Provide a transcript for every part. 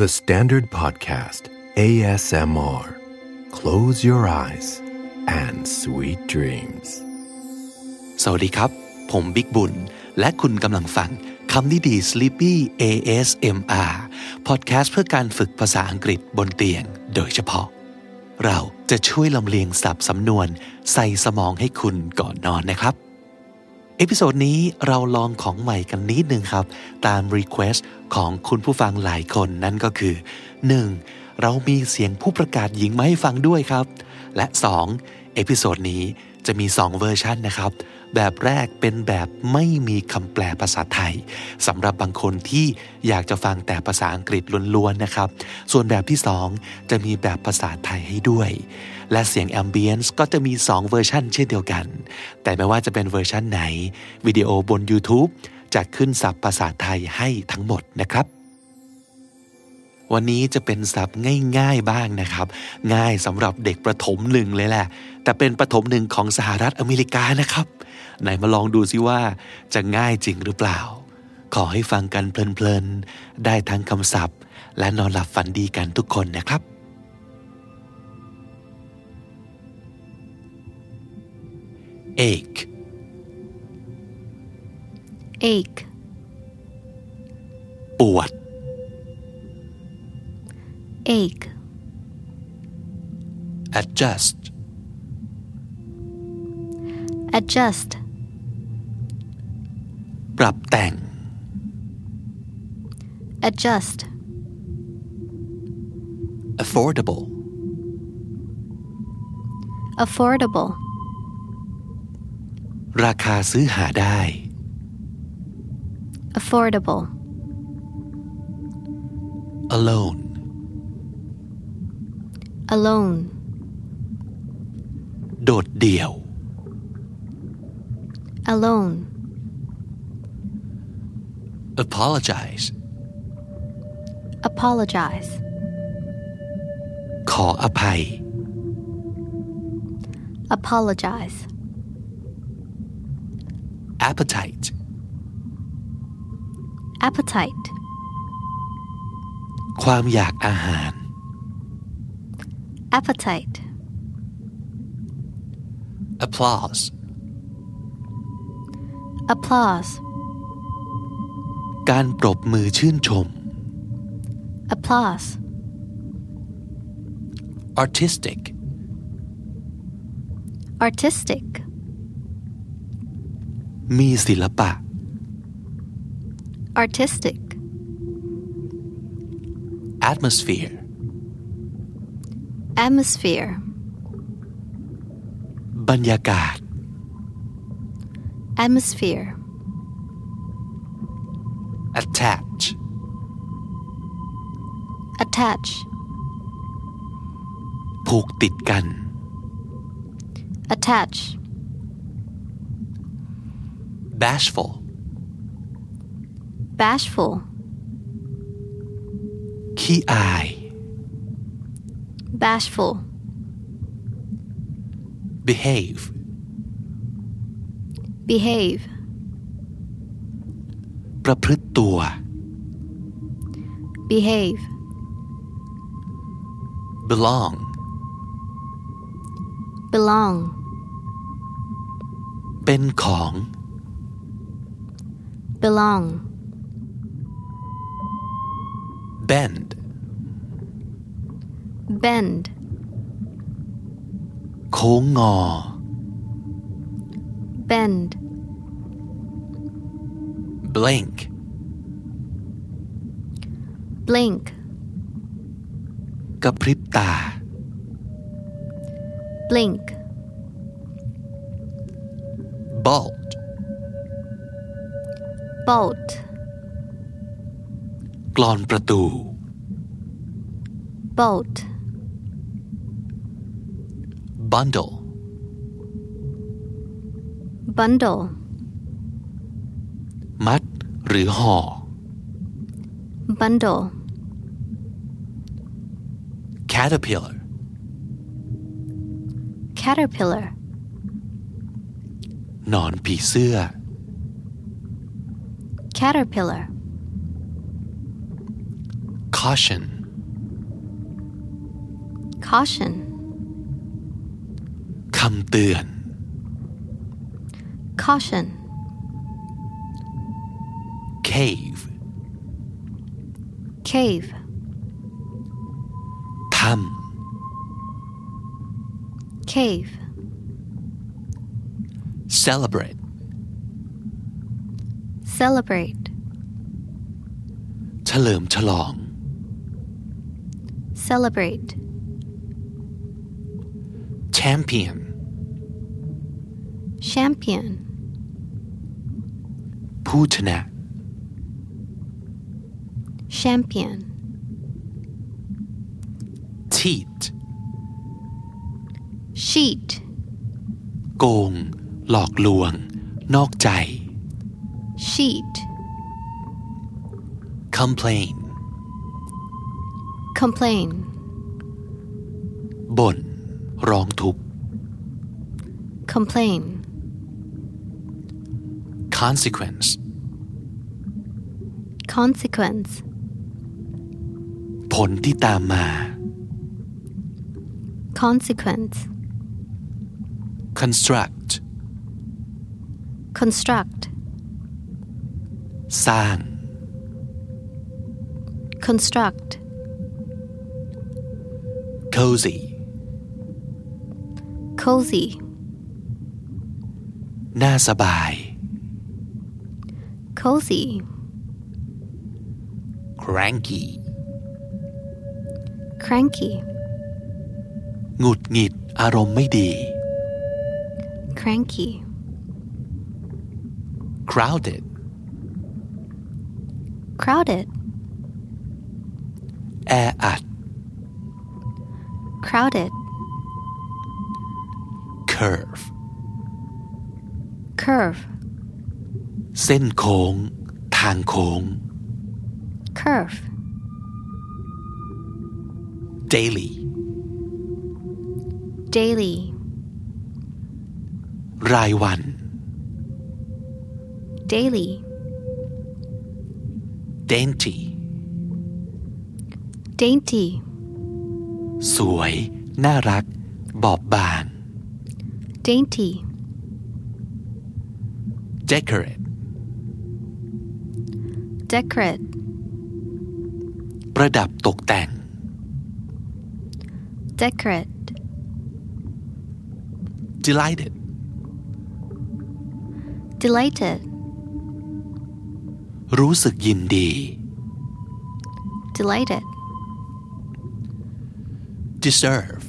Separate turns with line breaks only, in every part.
The Standard Podcast ASMR. Close your eyes and sweet dreams.
สวัสดีครับ ผมบิ๊กบุญ และคุณกำลังฟังคำนี้ดี Sleepy ASMR พอดแคสต์เพื่อการฝึกภาษาอังกฤษบนเตียงโดยเฉพาะ เราจะช่วยลำเลียงสับสำนวนใส่สมองให้คุณก่อนนอนนะครับ เอพิโซดนี้เราลองของใหม่กันนิดนึงครับ ตามรีเควสของคุณผู้ฟังหลายคนนั่นก็คือ 1. เรามีเสียงผู้ประกาศหญิงมาให้ฟังด้วยครับ และ 2. เอพิโซดนี้จะมี 2 เวอร์ชันนะครับ แบบแรกเป็นแบบไม่มีคำแปลภาษาไทยสำหรับบางคนที่อยากจะฟังแต่ภาษาอังกฤษล้วนๆนะครับ ส่วนแบบที่ 2 จะมีแบบภาษาไทยให้ด้วย และเสียงแอมเบียนซ์ก็จะมี 2 เวอร์ชันเช่นเดียวกัน แต่ไม่ว่าจะเป็นเวอร์ชันไหน วิดีโอบน YouTube จะขึ้นศัพท์ภาษาไทยให้ทั้งหมดนะครับ วันนี้จะเป็นศัพท์ง่ายๆบ้างนะครับ ง่ายสำหรับเด็กประถมหนึ่งเลยแหละ แต่เป็นประถมหนึ่งของสหรัฐอเมริกานะครับ ไหนมาลองดูซิว่าจะง่ายจริงหรือเปล่า ขอให้ฟังกันเพลินๆ ได้ทั้งคำศัพท์ และนอนหลับฝันดีกันทุกคนนะครับ ache
ache,
ปวด
ache,
adjust
adjust,
ปรับแต่ง
adjust,
affordable
affordable,
ราคาซื้อหาได้
affordable,
alone
alone,
โดดเดี่ยว
alone,
apologize
apologize,
ขออภัย
apologize,
appetite
appetite,
ความอยากอาหาร
appetite,
applause
applause,
การปรบมือชื่นชม
applause,
artistic
artistic,
มีศิลปะ
artistic,
atmosphere
atmosphere,
บรรยากาศ
atmosphere,
attach
attach,
ผูกติดกัน
attach,
bashful
bashful,
ขี้อาย
bashful,
behave
behave,
ประพฤติตัว
behave,
belong
belong,
เป็นของ
belong,
bend
bend,
โค้งงอ
bend,
blink
blink,
กระพริบตา
blink,
bolt
bolt,
กลอนประตู
bolt,
bundle
bundle,
มัดหรือห่อ
bundle,
caterpillar
caterpillar,
หนอนผีเสื้อ
caterpillar,
c caution
caution,
คำเตือน
caution,
cave
cave,
ถ้
cave,
ำ celebrate
celebrate,
เฉลิมฉลอง
celebrate,
champion
champion,
ผู้ชนะ
champion,
cheat
sheet,
โกง หลอกลวง นอกใจ
sheet,
complain
complain,
บ่น ร้องทุกข์
complain,
consequence
consequence,
ผลที่ตามมา
consequence,
construct
construct,
สร้าง
construct,
cozy
cozy,
น่าสบาย
cozy,
cranky
cranky,
หงุดหงิด อารมณ์ไม่ดี
cranky,
crowded
crowded,
แออัด
crowded,
curve
curve,
เส้นโค้ง ทางโค้ง
curve,
daily
daily,
รายวัน
daily,
dainty
dainty,
สวย น่ารัก บอบบาง
dainty,
decorate
decorate,
ประดับตกแต่ง
decorate,
delighted
delighted,
รู้สึกยินดี
delighted,
deserve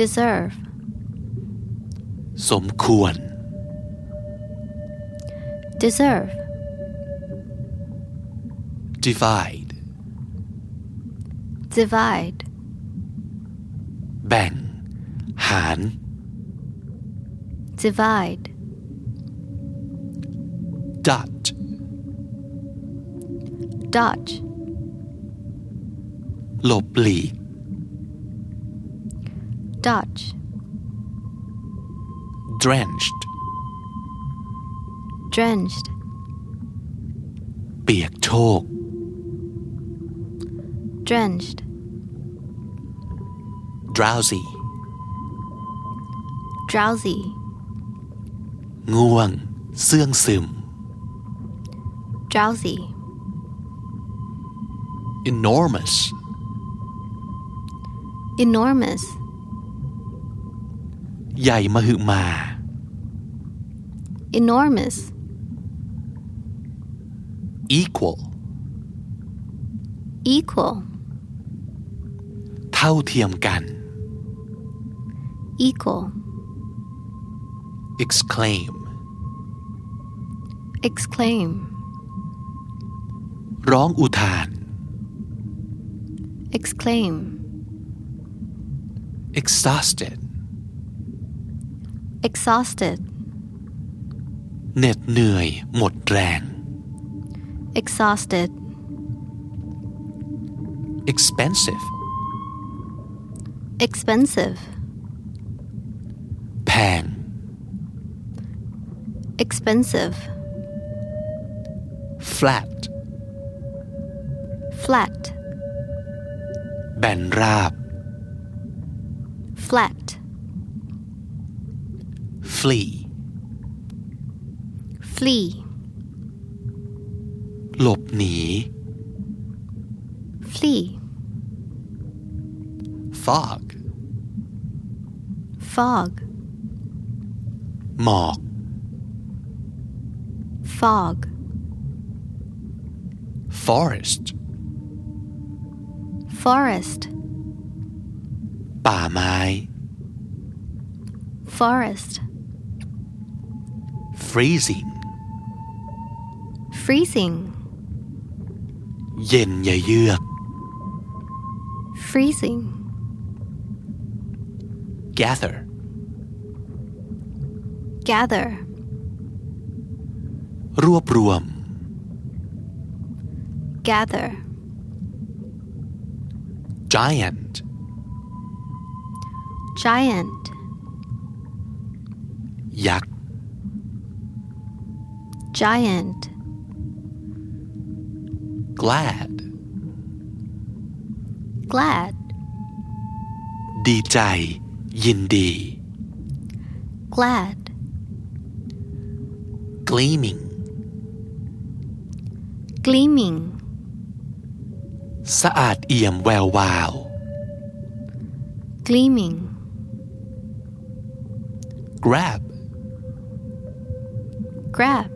deserve,
สมควร
deserve,
divide
divide,
แบ่ง หาร
divide,
dodge
dodge,
หลบหลีก
dodge,
drenched
drenched,
เปียกโชก
drenched,
drowsy
drowsy,
ง่วง เสื่องซึม
drowsy,
enormous
enormous,
ใหญ่มหึมา
enormous,
equal
equal,
เท่าเทียมกัน
equal,
exclaim
exclaim,
ร้องอุทาน
exclaim,
exhausted
exhausted,
เหน็ดเหนื่อย หมดแรง
exhausted,
expensive
expensive,
แพง
expensive,
flat
flat,
แบนราบ
flat,
flee
flee,
หลบหนี
flee,
fog
fog,
หมอก
fog,
forest
forest,
ป่าไม้
forest,
freezing
freezing,
เย็นอย่าเยือก
freezing,
gather
gather,
รวบรวม
gather,
giant
giant,
ยักษ์
giant,
glad
glad,
ดีใจ ยินดี
glad,
gleaming
gleaming,
สะอาดเอี่ยมแวววาว
gleaming,
grab
grab,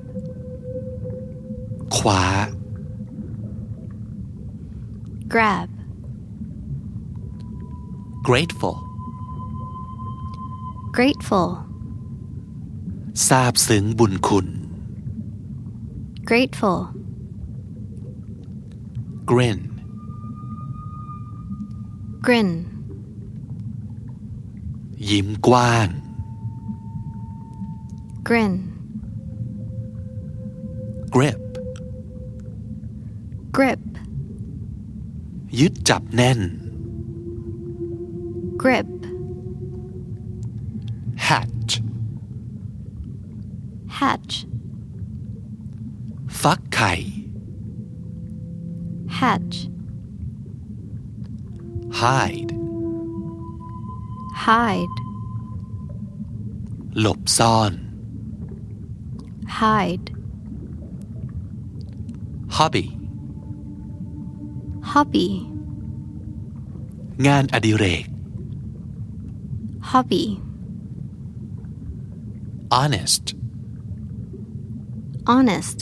คว้า
grab,
grateful
grateful,
ซาบซึ้งบุญคุณ
grateful,
grin
grin,
ยิ้มกว้าง
grin,
grip
grip,
ยึดจับแน่น
grip,
hatch
hatch,
ฟักไข่
hatch,
hide
hide,
หลบซ่อน
hide,
hobby
hobby,
งานอดิเรก
hobby,
honest
honest,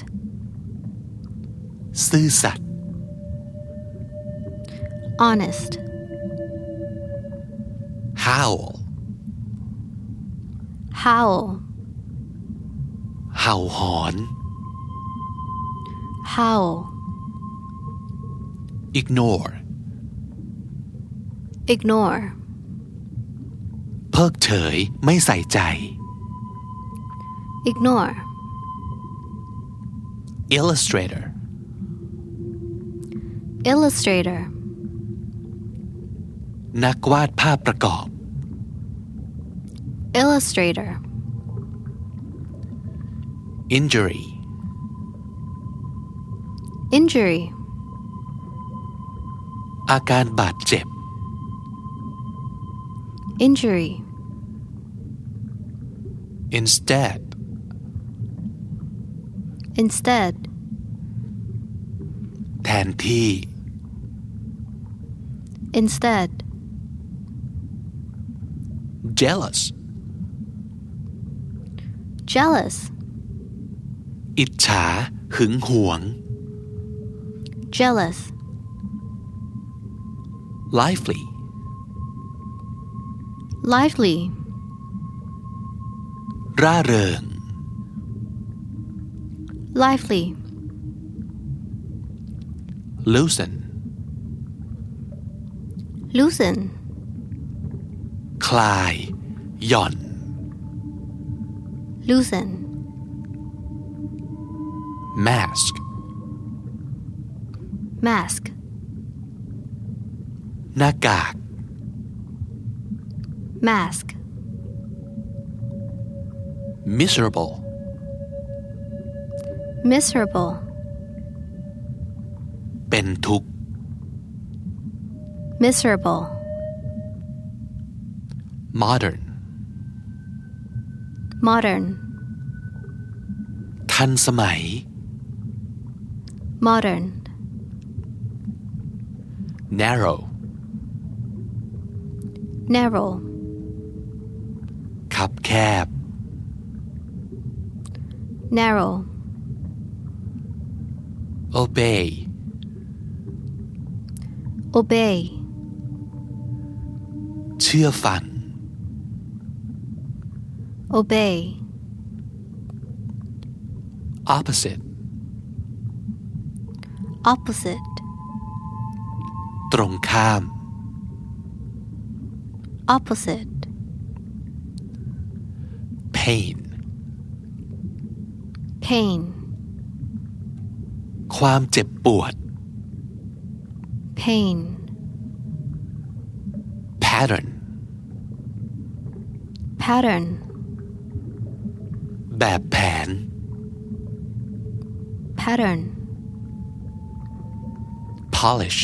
ซื่อสัตย์
honest,
howl
howl,
เห่าหอน
howl,
ignore
ignore,
เพิกเฉยไม่ใส่ใจ
ignore,
illustrator
illustrator,
นักวาดภาพประกอบ
illustrator,
injury
injury,
อาการบาดเจ็บ
injury,
instead
instead,
แทนที่
instead,
jealous
jealous,
อิจฉาหึงหวง
jealous,
lively
lively,
ร่าเริง
lively,
loosen
loosen,
คลาย หย่อน
loosen,
mask
mask,
หน้ากาก
mask,
miserable
miserable,
เป็นทุกข์
miserable,
modern
modern,
ทันสมัย
modern,
narrow
narrow,
คับแคบ
narrow,
obey
obey,
เชื่อฟัง
obey,
opposite
opposite,
ตรงข้าม
opposite,
pain
pain,
ความเจ็บปวด
pain,
pattern
pattern,
แบบแผน
pattern,
polish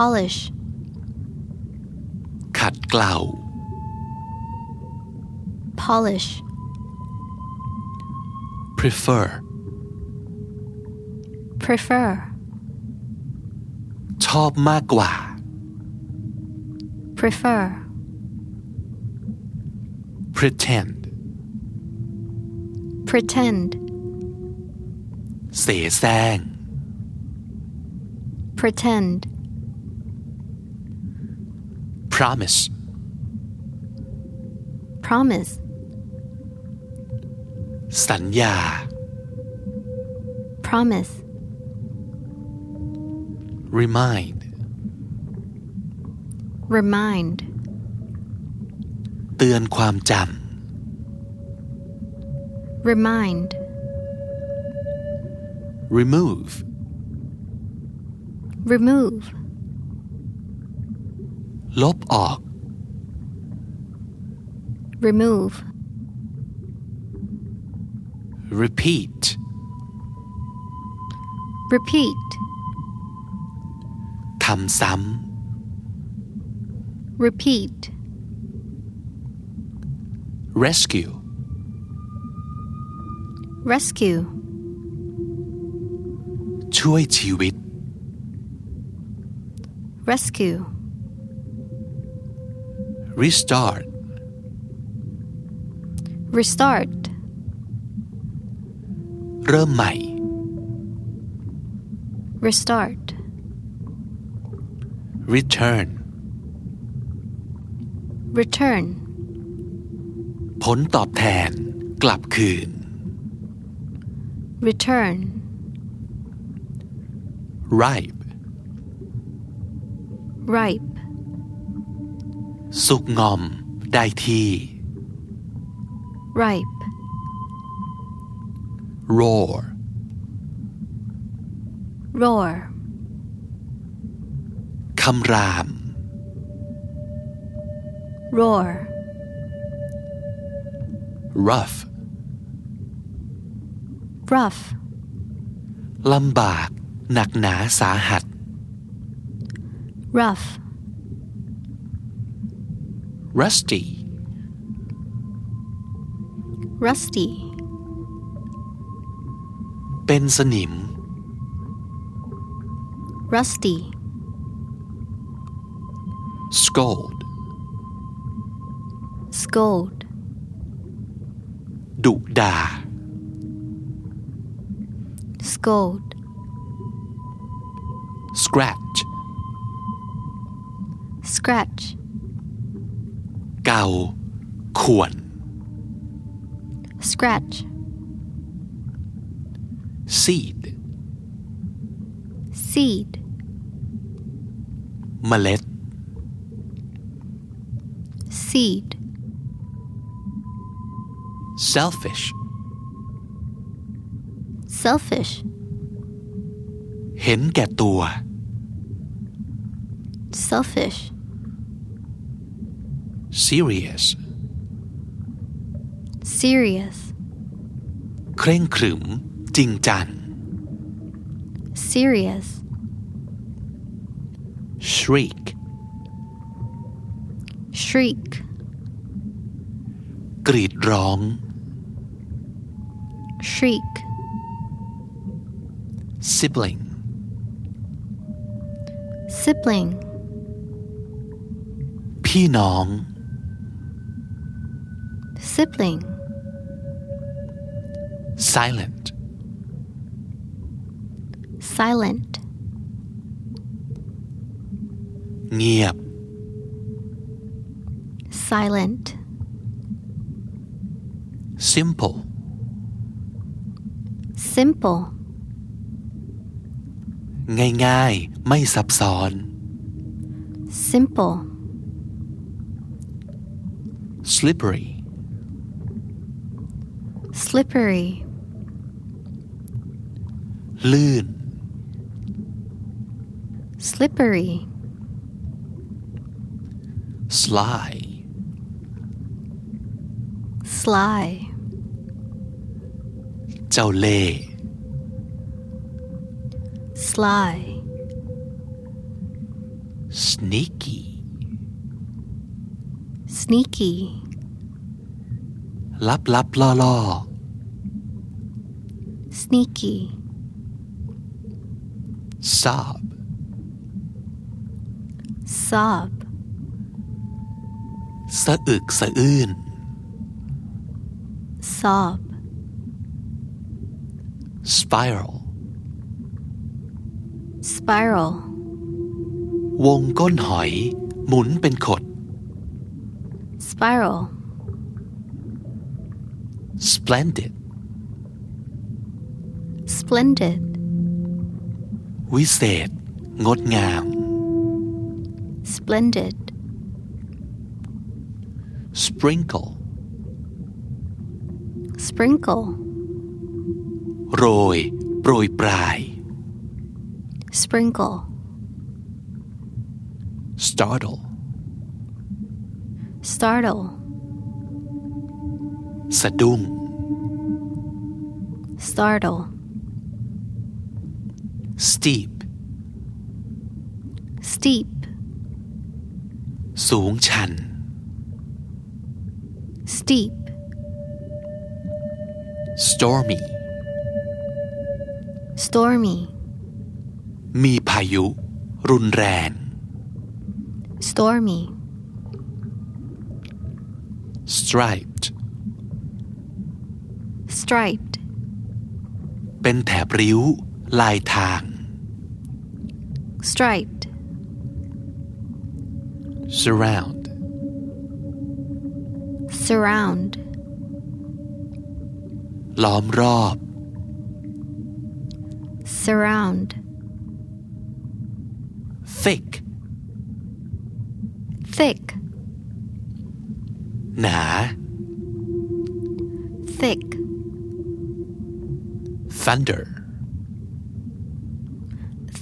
polish,
ขัดเกลา
polish,
prefer
prefer,
ชอบมากกว่า
prefer,
pretend
pretend,
เสแสร้ง
pretend,
promise
promise,
สัญญา
promise,
remind
remind,
เตือนความจ
remind,
ำ remove
remove,
ลบออก
remove,
repeat
repeat,
ทำซ้
repeat,
ำ rescue
rescue,
ช่วยชีวิต
rescue,
restart
restart,
เริ่มใหม่
restart,
return
return,
ผลตอบแทน กลับคืน
return,
ripe
ripe,
สุกงอม ได้ที่
ripe,
roar
roar,
คำราม
roar,
rough
rough,
ลำบาก หนักหนาสาหัส
rough,
rusty
rusty,
เป็นสนิม
rusty,
scold
scold,
ดุดา
scold,
scratch
scratch,
เกาข่วน
scratch,
seed
seed,
เมล็ด
seed,
selfish
selfish,
เห็นแก่ตัว
selfish,
serious
serious,
เคร่งขรึม จริงจัง
serious,
shriek
shriek,
กรีดร้อง
shriek,
sibling
sibling,
พี่น้อง
sibling,
silent
silent,
เงียบ
silent,
simple
simple,
ง่ายๆ ไม่ซับซ้อน
simple,
slippery
slippery,
ลื่น
slippery,
sly
sly,
เจ้าเล่ห์
sly,
sneaky
sneaky,
ลับลับๆล่อๆ
sneaky,
sob
sob,
สะอึกสะอื้น
sob,
spiral
spiral,
วงก้นหอย หมุนเป็นขด
spiral,
splendid
splendid,
วิเศษ งดงาม
splendid,
sprinkle
sprinkle,
โรย โปรยปลาย
sprinkle,
startle
startle,
สะดุ้ง
startle,
steep
steep,
สูงชัน
steep,
stormy
stormy,
มีพายุ รุนแรง
stormy,
striped
striped,
เป็นแถบริ้ว ลายทาง
striped,
surround
surround,
ล้อมรอบ
surround,
thick
thick,
หนา
thick,
thunder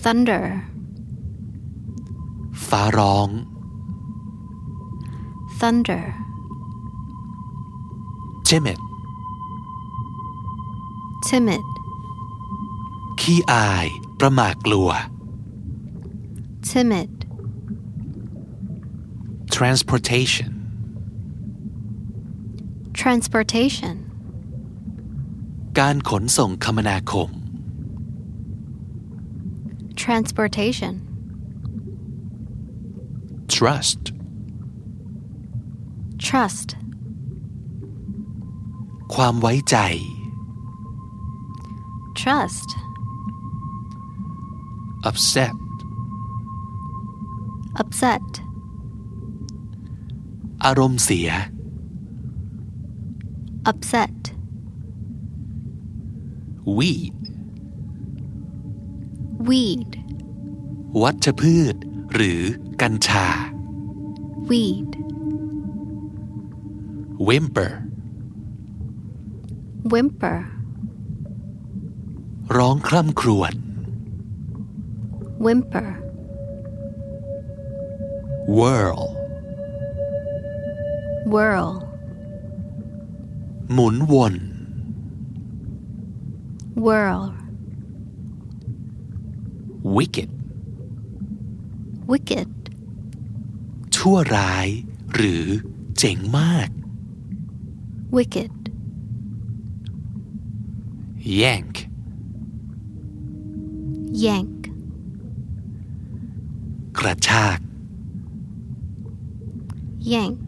thunder,
ฟ้าร้อง
thunder,
timid
timid,
ขี้อาย ประหม่ากลัว
timid,
transportation
transportation,
การขนส่งคมนาคม
transportation,
trust
trust,
ความไว้ใจ
trust,
upset
upset,
อารมณ์เสีย
upset,
weed
weed,
วัชพืช หรือกัญชา
weed,
whimper
whimper,
ร้องคร่ำครวญ
whimper,
whirl
whirl,
หมุนวน
whirl,
wicked
wicked,
ชั่วร้าย หรือเจ๋งมาก
wicked,
yank
yank,
กระชาก
yank,